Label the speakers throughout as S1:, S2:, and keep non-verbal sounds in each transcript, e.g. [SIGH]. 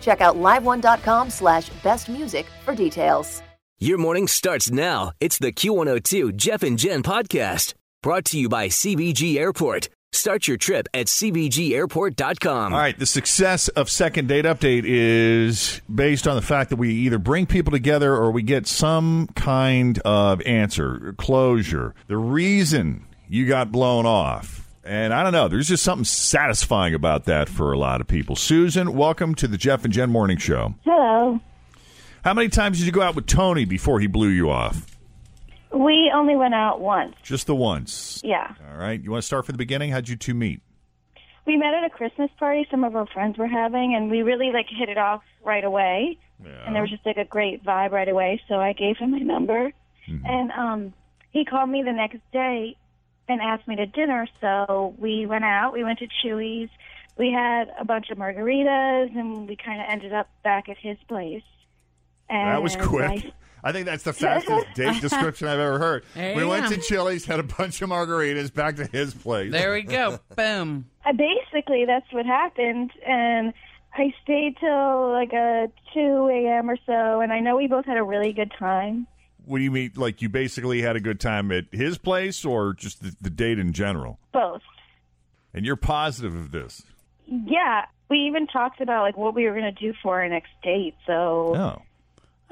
S1: Check out liveone.com slash best music for details.
S2: Your morning starts now. It's the Q102 Jeff and Jen podcast brought to you by CBG Airport. Start your trip at CBGAirport.com.
S3: All right, the success of Second Date Update is based on the fact that we either bring people together or we get some kind of answer, closure, the reason you got blown off. And I don't know, there's just something satisfying about that for a lot of people. Susan, welcome to the Jeff and Jen Morning Show.
S4: Hello.
S3: How many times did you go out with Tony before he blew you off?
S4: We only went out once.
S3: Just the once.
S4: Yeah.
S3: All right, you want to start from the beginning? How'd you two meet?
S4: We met at a Christmas party some of our friends were having and we really like hit it off right away. And there was just like a great vibe right away, so I gave him my number.
S3: Mm-hmm.
S4: And um he called me the next day and asked me to dinner, so we went out, we went to Chewy's, we had a bunch of margaritas and we kinda ended up back at his place. And
S3: That was quick.
S4: I-
S3: I think that's the
S4: [LAUGHS]
S3: fastest date description I've ever heard.
S5: There
S3: we
S5: you
S3: went
S5: go.
S3: to Chili's, had a bunch of margaritas, back to his place.
S5: we go. Boom.
S4: I basically that's what happened and I stayed till like a two AM or so and I know we both had a really good time.
S3: What do you mean? Like you basically had a good time at his place, or just the, the date in general?
S4: Both.
S3: And you're positive of this?
S4: Yeah. We even talked about like what we were gonna do for our next date, so
S3: No.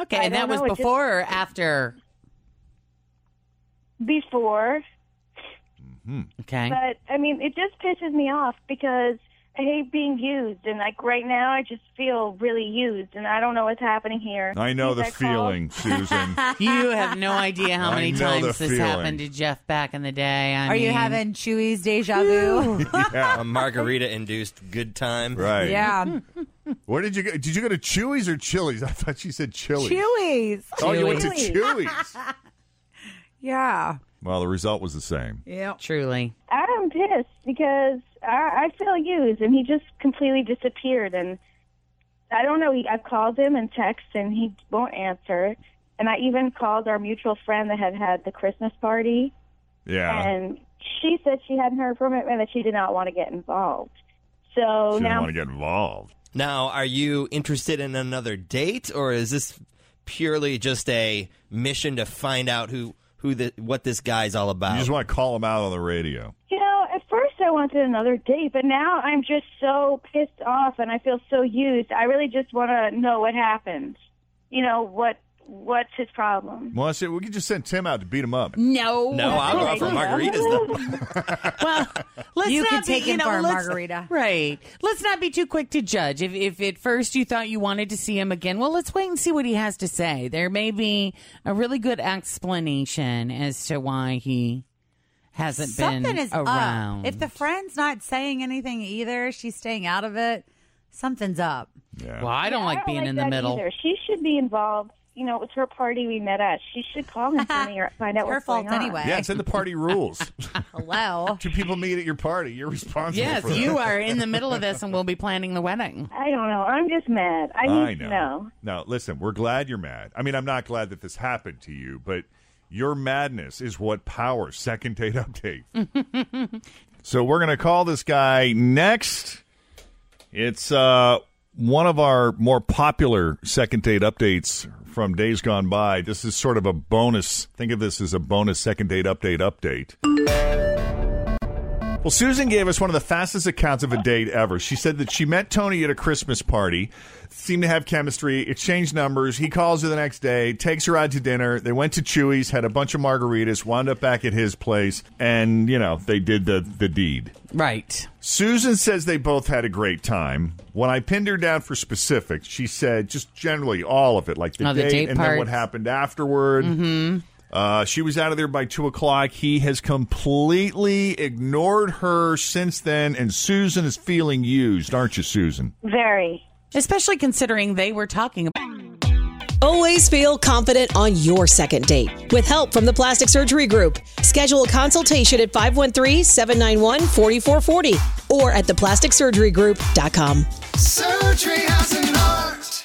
S6: Okay,
S4: I
S6: and
S4: don't
S6: that was
S4: know, it just-
S6: before or after?
S4: before
S5: Okay.
S4: but I mean it just pisses me off because I hate being used and like right now I just feel really used and I don't know what's happening here.
S3: I know the
S4: Because I called-
S3: feeling,
S4: [LAUGHS]
S3: Susan.
S5: You have no idea how
S3: I
S5: many
S3: know
S5: times
S3: the
S5: this
S3: feeling.
S5: happened to Jeff back in the day. I
S6: Are you
S5: mean,
S6: having Chewy's deja [LAUGHS] vu?
S3: yeah,
S7: a margarita induced good time.
S3: right.
S6: yeah,
S3: Where did you go? Did you go to Chewy's or Chili's? [LAUGHS] I thought she said Chili's.
S6: Chewy's.
S3: Oh, you went to
S4: Chili's. [LAUGHS]
S3: Chewy's.
S6: Yeah,
S3: well, the result was the same.
S6: yeah.
S5: Truly.
S4: I'm pissed because I, I feel used, and he just completely disappeared. And I don't know. He, I've called him and text, and he won't answer. And I even called our mutual friend that had had the Christmas party,
S3: Yeah.
S4: and she said she hadn't heard from him and that she did not want to get involved. So
S3: she didn't
S4: now
S3: want to get involved.
S7: Now, are you interested in another date or is this purely just a mission to find out who who the, what this guy's all
S3: You
S7: about?
S3: just want to call him out on the radio.
S4: you know. At first, I wanted another date, but now I'm just so pissed off, and I feel so used. I really just want to know what happened. You know what? What's his problem?
S3: Well, I said we could just send Tim out to beat him up.
S5: Mm.
S6: No,
S7: no,
S5: Oh,
S7: I'll go out for margaritas though.
S5: [LAUGHS] Well, let's
S6: You
S5: not
S6: can
S5: be,
S6: take
S5: you
S6: him
S5: know,
S6: for a
S5: let's-
S6: margarita.
S5: right? Let's not be too quick to judge. If, if at first you thought you wanted to see him again, well, let's wait and see what he has to say. There may be a really good explanation as to why he hasn't
S6: something
S5: been
S6: is
S5: around.
S6: up. If the friend's not saying anything either, she's staying out of it. Something's up.
S3: Yeah.
S5: well, [LAUGHS] I don't
S4: I
S5: like being in the
S4: that
S5: middle.
S4: Either. She should be involved. You know, it was her party we met at. She should call him for
S5: [LAUGHS]
S4: me or find out
S6: Her
S4: what's
S6: fault
S4: going on.
S6: anyway.
S3: Yeah, it's in the party rules.
S6: Hello.
S3: Two people meet at your party. You're responsible.
S5: Yes,
S3: for [LAUGHS] that.
S5: you are in the middle of this, and we'll be planning the wedding.
S4: I don't know. I'm just mad. I need
S3: I
S4: to
S3: know.
S4: know.
S3: Now, listen, we're glad you're mad. I mean, I'm not glad that this happened to you, but your madness is what powers second date update.
S4: [LAUGHS]
S3: so we're going to call this guy next. It's uh, one of our more popular second date updates from days gone by. This is sort of a bonus. Think of this as a bonus second date update update. Well, Susan gave us one of the fastest accounts of a date ever. She said that she met Tony at a Christmas party, seemed to have chemistry, exchanged numbers. He calls her the next day, takes her out to dinner. They went to Chewy's, had a bunch of margaritas, wound up back at his place, and, you know, they did the, the deed.
S5: Right.
S3: Susan says they both had a great time. When I pinned her down for specifics, she said just generally all of it, like the,
S5: Oh, the
S3: date,
S5: date Mm-hmm.
S3: and then
S5: part.
S3: what happened afterward. Uh, she was out of there by two o'clock. He has completely ignored her since then, and Susan is feeling used, aren't you, Susan?
S4: Very.
S5: Especially considering they were talking about
S8: Always feel confident on your second date. With help from the Plastic Surgery Group, schedule a consultation at 513 791 4440 or at theplasticsurgerygroup.com.
S9: Surgery has an art.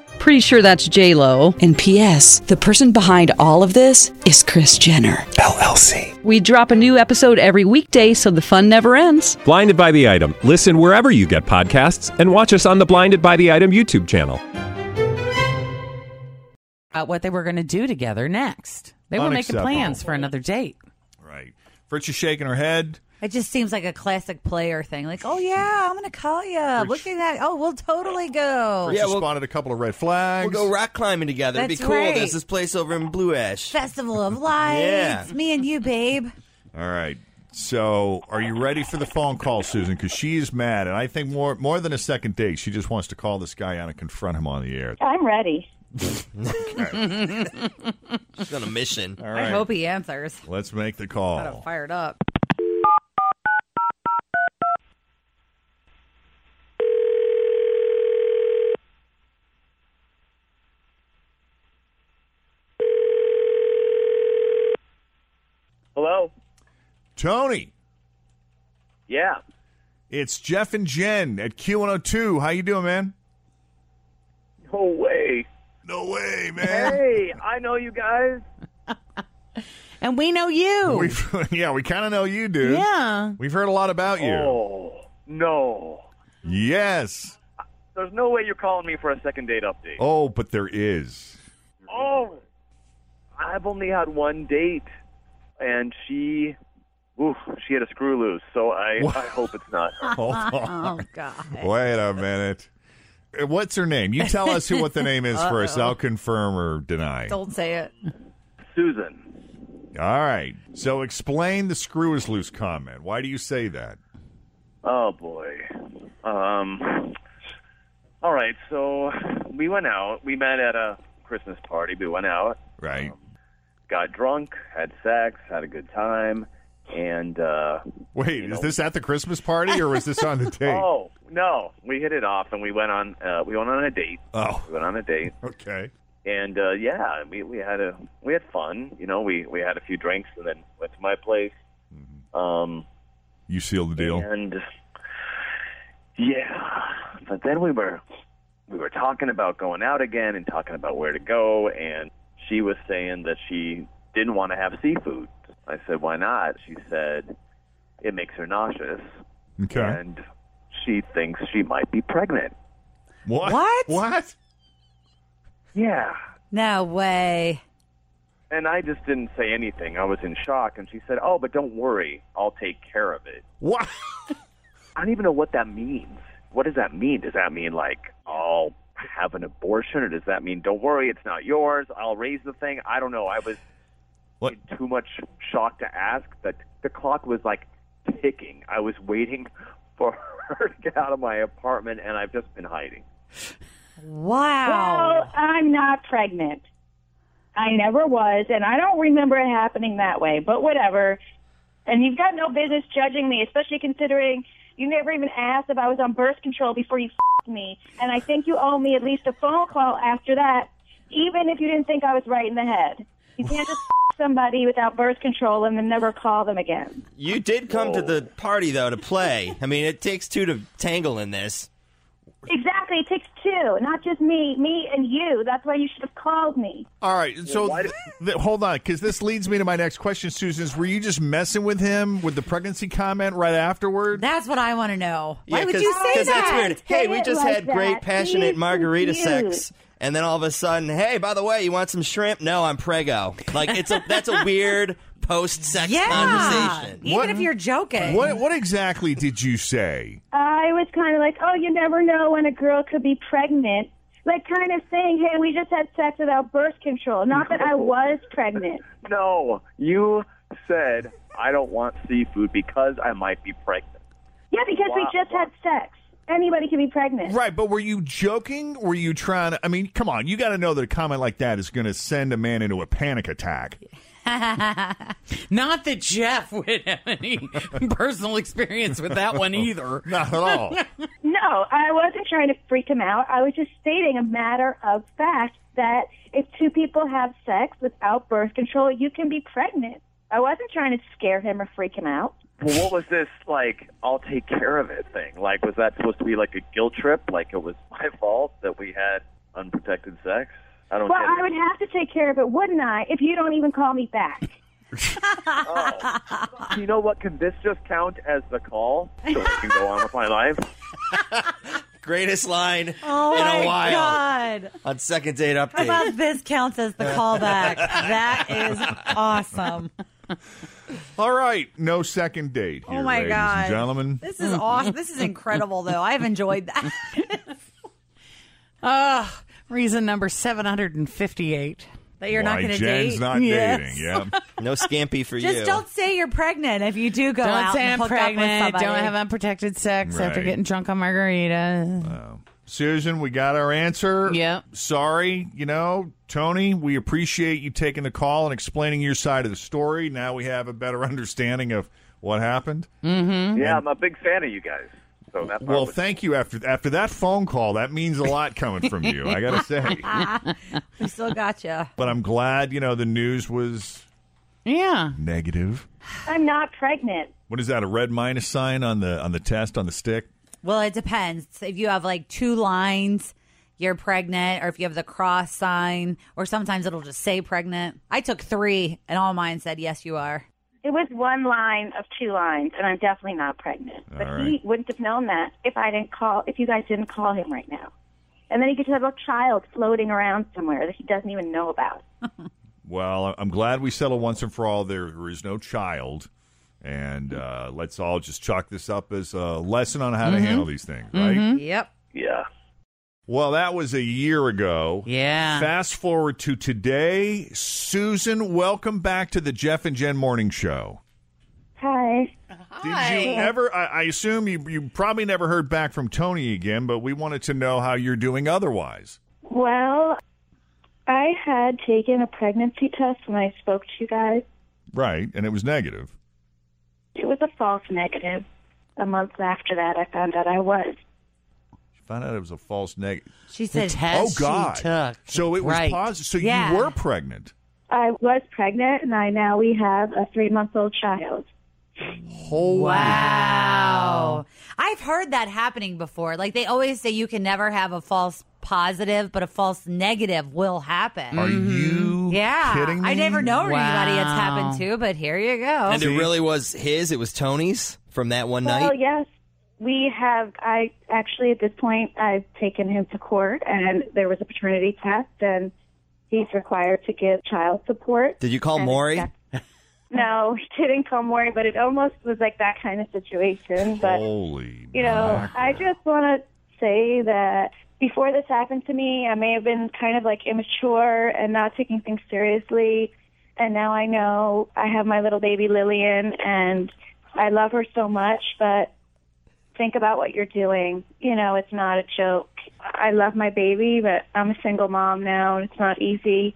S10: Pretty sure that's J Lo.
S8: And P.S. The person behind all of this is Chris Jenner.
S11: LLC.
S10: We drop a new episode every weekday, so the fun never ends.
S11: Blinded by the item. Listen wherever you get podcasts, and watch us on the Blinded by the Item YouTube channel.
S5: what they were going to do together next. They were making
S3: Unacceptable.
S5: plans for another date.
S3: Right. Fritzia's shaking her head.
S6: It just seems like a classic player thing. Like, oh yeah, I'm gonna call you. Look at that. Oh, we'll totally go.
S3: Fritzia
S7: Yeah, well-
S3: spotted a couple of red flags.
S7: We'll go rock climbing together. It'd be
S6: That's
S7: cool.
S6: right.
S7: There's this place over in Blue Ash.
S6: Festival of Lights.
S7: Yeah.
S6: Me and you, babe.
S3: All right. So, are you ready for the phone call, Susan? Because she is mad, and I think more more than a second date, she just wants to call this guy out and confront him on the air.
S4: I'm ready.
S7: She's on a mission.
S3: All
S6: I
S3: right.
S6: hope he answers.
S3: Let's make the
S6: Got him
S7: Oh.
S3: call.
S6: fired up.
S12: Hello.
S3: Tony,
S12: Yeah.
S3: it's Jeff and Jen at Q102. How you doing, man?
S12: No way.
S3: No way, [LAUGHS] man.
S12: Hey, I know you guys.
S5: And we know you.
S3: we [LAUGHS] yeah, we kind of know you, dude.
S5: yeah.
S3: We've heard a lot about you.
S12: Oh no.
S3: Yes.
S12: There's no way you're calling me for a second date update.
S3: Oh, but there is.
S12: Oh. I've only had one date, and she, oof, she had a screw loose. So I, I hope it's not. her.
S3: [LAUGHS] Hold on.
S6: [LAUGHS] Oh God.
S3: Wait a minute. Uh, What's her name? You tell us who what the
S6: [LAUGHS]
S3: name is first. I'll confirm or deny.
S6: Don't say it.
S12: Susan.
S3: All right. So explain the screw is loose comment. Why do you say that?
S12: Oh boy. Um. All right. So we went out. We met at a Christmas party. We went out.
S6: Oh,
S3: Right.
S12: got drunk, had sex, had a good time, and uh,
S3: Wait, is this at the Christmas party or was this on
S6: [LAUGHS]
S3: the date?
S12: oh no, we hit it off and we went on uh, we went on a date.
S3: Oh,
S12: We went on a date,
S3: okay.
S12: and uh, yeah, we we had a we had fun. You know, we we had a few drinks and then went to my place. Um,
S3: You sealed the deal.
S12: and yeah, but then we were we were talking about going out again and talking about where to go, and she was saying that she didn't want to have seafood. I said, "Why not?" She said, "It makes her nauseous,
S3: Okay.
S12: and she thinks she might be pregnant."
S3: What?
S6: What?
S3: What?
S12: Yeah.
S6: No way.
S12: And I just didn't say anything. I was in shock, and she said, "Oh, but don't worry, I'll take care of it."
S3: What? [LAUGHS]
S12: I don't even know what that means. What does that mean? Does that mean like I'll have an abortion, or does that mean don't worry, it's not yours? I'll raise the thing. I don't know. I was
S3: What?
S12: in too much shock to ask. That the clock was like ticking. I was waiting [LAUGHS] for her to get out of my apartment, and I've just been hiding.
S6: Wow.
S4: Well, I'm not pregnant. I never was, and I don't remember it happening that way, but whatever. And you've got no business judging me, especially considering you never even asked if I was on birth control before you fed me. And I think you owe me at least a phone call after that, even if you didn't think I was right in the head. You can't just somebody without birth control and then never call them again.
S7: You did come to the party though to play. I mean, it takes two to tangle in this.
S4: Exactly. It takes too, not just me, me and you. That's why you should have called me.
S3: All right, so th- th- hold on, because this leads me to my next question, Susan. Is were you just messing with him with the pregnancy comment right afterward?
S6: That's what I want to know. Why
S7: Yeah,
S6: would you say that?
S7: Because that's weird. Hey, we just had great, passionate margarita sex. And then all of a sudden, hey, by the way, you want some shrimp? No, I'm prego. Like it's a that's a weird post-sex
S6: Yeah.
S7: conversation.
S6: Even if you're joking.
S5: [LAUGHS]
S3: What what exactly did you say?
S4: I was kind of like, oh, you never know when a girl could be pregnant. Like, kind of saying, hey, we just had sex without birth control. Not that I was pregnant.
S12: No, you said I don't want seafood because I might be pregnant.
S4: Yeah, because we
S12: Wow.
S4: just had sex. Anybody can be pregnant.
S3: Right, but were you joking? Were you trying to? I mean, come on, you got to know that a comment like that is going to send a man into a panic
S6: [LAUGHS]
S3: attack.
S5: [LAUGHS] Not that Jeff would have any personal experience with that one [LAUGHS] either.
S3: Not at all.
S4: No, I wasn't trying to freak him out. I was just stating a matter of fact that if two people have sex without birth control, you can be pregnant. I wasn't trying to scare him or freak him out.
S12: Well, what was this like? I'll take care of it thing. Like, was that supposed to be like a guilt trip? Like it was [LAUGHS] my fault that we had unprotected sex? I don't
S4: Well,
S12: get it.
S4: I would have to take care of it, wouldn't I, if you don't even call me back?
S12: You know what? Can this just count as the call so I can go on with
S3: [LAUGHS]
S12: my life?
S7: Greatest line
S6: Oh
S7: in
S6: my
S7: a while
S6: god!
S7: on second date
S6: How
S7: update.
S6: about this counts as the callback? that is
S7: [LAUGHS]
S6: awesome.
S3: All right, no second date. Here,
S6: oh my
S3: ladies
S6: god,
S3: and gentlemen,
S6: this is awesome. This is incredible, though. I've enjoyed that. [LAUGHS]
S5: Uh, reason number 758.
S6: That you're not
S7: Why
S6: going to
S7: Jen's
S6: date.
S7: not
S6: Yes.
S7: dating. Yeah.
S6: [LAUGHS]
S7: No scampy for
S6: Just
S7: you.
S6: don't say you're pregnant if you do go
S5: Don't
S6: out
S5: say
S6: and
S5: I'm
S6: hook
S5: pregnant.
S6: Up with somebody.
S5: Don't have unprotected sex after
S3: Right.
S5: getting drunk on margaritas.
S3: Susan, we got our answer.
S5: Yep.
S3: Sorry, you know, Tony, we appreciate you taking the call and explaining your side of the story. Now we have a better [LAUGHS] understanding of what happened.
S5: Mm-hmm.
S12: Yeah, I'm a big fan of you guys. So that's
S3: Well, thank you after after that phone call. That means a lot coming from you. I gotta say,
S6: [LAUGHS] we still got you.
S3: but I'm glad you know the news was
S5: yeah
S3: negative.
S4: I'm not pregnant.
S3: What is that? A red minus sign on the on the test on the stick?
S6: Well, it depends. If you have like two lines, you're pregnant, or if you have the cross sign, or sometimes it'll just say pregnant. I took three, and all mine said yes, you are.
S4: It was one line of two lines, and I'm definitely not pregnant. But
S6: All right.
S4: he wouldn't have known that if I didn't call, if you guys didn't call him right now. And then he could have a child floating around somewhere that he doesn't even know about.
S3: Well, I- I'm glad we settled once and for all there is no child. And uh, let's all just chalk this up as a lesson on how to handle these things, right?
S6: Yep.
S12: Yeah.
S3: Well, that was a year ago.
S5: Yeah.
S3: Fast forward to today. Susan, welcome back to the Jeff and Jen Morning Show.
S4: Hi.
S3: Did you ever? I, I assume you, you probably never heard back from Tony again, but we wanted to know how you're doing otherwise.
S4: Well, I had taken a pregnancy test when I spoke to you guys.
S3: Right. And it was negative.
S4: It was a false negative. A month after that, I found out I was.
S3: She found out it was a false negative.
S6: She
S4: said- The
S3: "Oh
S4: test she
S3: God!"
S4: took.
S3: So it was
S4: Right.
S3: positive. So
S4: Yeah.
S3: you were pregnant.
S4: I was pregnant, and I now we have a three month old child.
S3: Holy
S6: Wow. I've heard that happening before. Like they always say you can never have a false positive, but a false negative will happen.
S3: Are you
S6: yeah.
S7: kidding
S6: I
S7: me?
S6: never know anybody it's
S7: Wow.
S6: happened to, but here you go.
S7: And it really was his. It was Tony's from that one
S4: Well,
S7: night.
S4: yes, we have. I actually, at this point, I've taken him to court, and there was a paternity test, and he's required to give child support.
S7: Did you call
S4: And
S7: Maury?
S4: No, [LAUGHS] he didn't come worry, but it almost was like that kind of situation. But
S3: Holy.
S4: you know, I just want to say that before this happened to me, I may have been kind of like immature and not taking things seriously. And now I know I have my little baby Lillian and I love her so much, but think about what you're doing. You know, it's not a joke. I love my baby, but I'm a single mom now and it's not easy.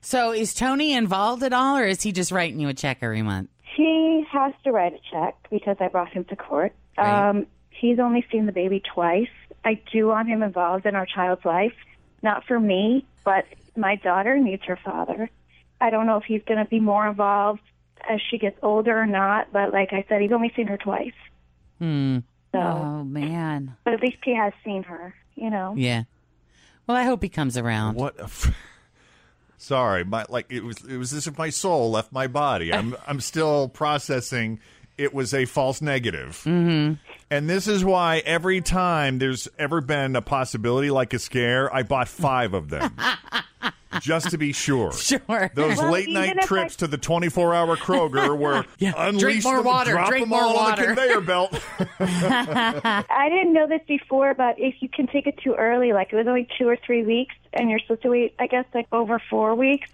S5: So is Tony involved at all, or is he just writing you a check every month?
S4: He has to write a check because I brought him to court. Um, he's only seen the baby twice. I do want him involved in our child's life, not for me, but my daughter needs her father. I don't know if he's going to be more involved as she gets older or not, but like I said, he's only seen her twice.
S5: Hmm.
S4: So,
S6: Oh man.
S4: but at least he has seen her, you know.
S5: Yeah.
S13: Well, I hope he comes around.
S3: What? A f- Sorry, my like it was it was as if my soul left my
S13: [LAUGHS]
S3: body. I'm I'm still processing. It was a false negative.
S13: Mm-hmm.
S3: And this is why every time there's ever been a possibility like a scare, I bought five of
S13: [LAUGHS]
S3: them. Just to be sure.
S13: Sure.
S3: Those
S13: Well,
S3: late night
S13: even if I-
S3: trips to the 24
S13: [LAUGHS]
S3: hour Kroger where unleash
S13: Drink more
S3: them,
S13: water,
S3: drop
S13: drink
S3: them
S13: more
S3: all
S13: water.
S3: on the
S13: [LAUGHS]
S3: conveyor belt.
S4: I didn't know this before, but if you can take it too early, like it was only two or three weeks, and you're supposed to wait, I guess, like over four weeks.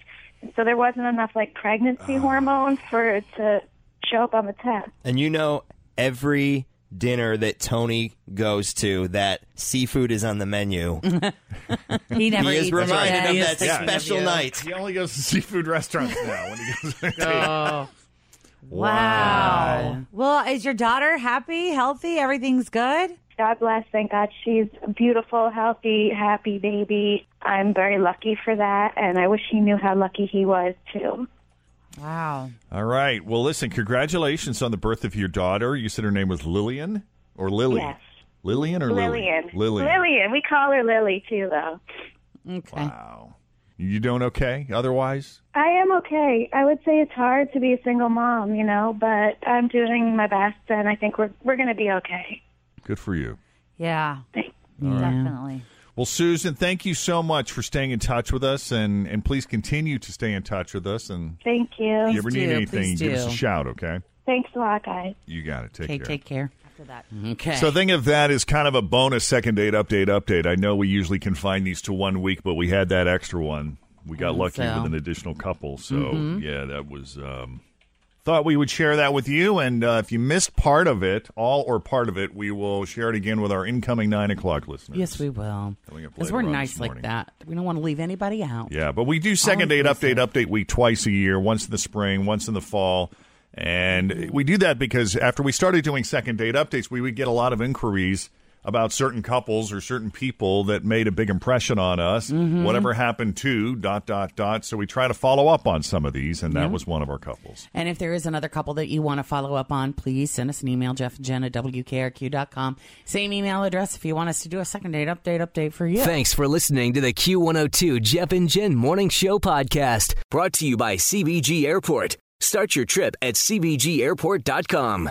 S4: So there wasn't enough like pregnancy
S3: Ah.
S4: hormones for it to show up on the test.
S7: And you know, every dinner that Tony goes to, that seafood is on the menu.
S6: He never
S7: He is
S6: eats it.
S7: reminded
S6: Yeah,
S7: of
S6: he is
S7: that
S6: thinking of
S7: special
S6: you.
S7: night.
S3: He only goes to seafood restaurants now when he
S13: [LAUGHS]
S3: goes to
S6: Oh.
S3: Wow.
S6: Well, is your daughter happy, healthy? Everything's good?
S4: God bless. Thank God she's a beautiful, healthy, happy baby. I'm very lucky for that, and I wish he knew how lucky he was, too.
S6: Wow.
S3: All right. Well, listen, congratulations on the birth of your daughter. You said her name was Lillian or Lily?
S4: Yes.
S3: Lillian or Lily?
S4: Lillian.
S3: Lillian.
S4: We call her Lily, too, though.
S6: Okay.
S3: Wow. You doing okay otherwise?
S4: I am okay. I would say it's hard to be a single mom, you know, but I'm doing my best, and I think we're, we're going to be okay.
S3: Good for you.
S6: Yeah. Definitely.
S3: Well, Susan, thank you so much for staying in touch with us, and, and please continue to stay in touch with us. And
S4: Thank you.
S3: if you ever need anything, give us a
S13: do.
S3: shout, okay?
S4: Thanks a lot, guys.
S3: You got it. Take
S13: Okay,
S3: care.
S13: take care.
S6: After that.
S13: Okay.
S3: So think of that as kind of a bonus second date update update. I know we usually confine these to one week, but we had that extra one. We got
S13: Mm,
S3: lucky
S13: so.
S3: with an additional couple. So
S13: Mhm.
S3: yeah, that was. Um, thought we would share that with you, and uh, if you missed part of it, all or part of it, we will share it again with our incoming nine o'clock listeners.
S13: Yes, we will.
S3: Coming up
S13: Because
S3: later
S13: we're
S3: on this
S13: nice like
S3: morning.
S13: that. We don't want to leave anybody out.
S3: Yeah, but we do second date update update week twice a year, once in the spring, once in the fall. And we do that because after we started doing second date updates, we would get a lot of inquiries about certain couples or certain people that made a big impression on us,
S13: Mhm.
S3: whatever happened to dot dot dot. So we try to follow up on some of these, and that was one of our couples.
S13: And if there is another couple that you want to follow up on, please send us an email, Jeff and Jen at WKRQ.com. Same email address if you want us to do a second date update update for you.
S2: Thanks for listening to the Q102 Jeff and Jen Morning Show podcast brought to you by CBG Airport. Start your trip at CBGAirport.com.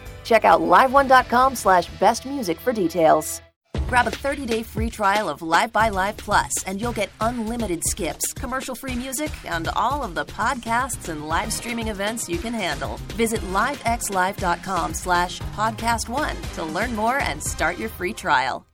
S1: Check out liveone.com slash best music for details. Grab a 30-day free trial of Live by Live Plus, and you'll get unlimited skips, commercial-free music, and all of the podcasts and live streaming events you can handle. Visit livexlive.com slash podcast one to learn more and start your free trial.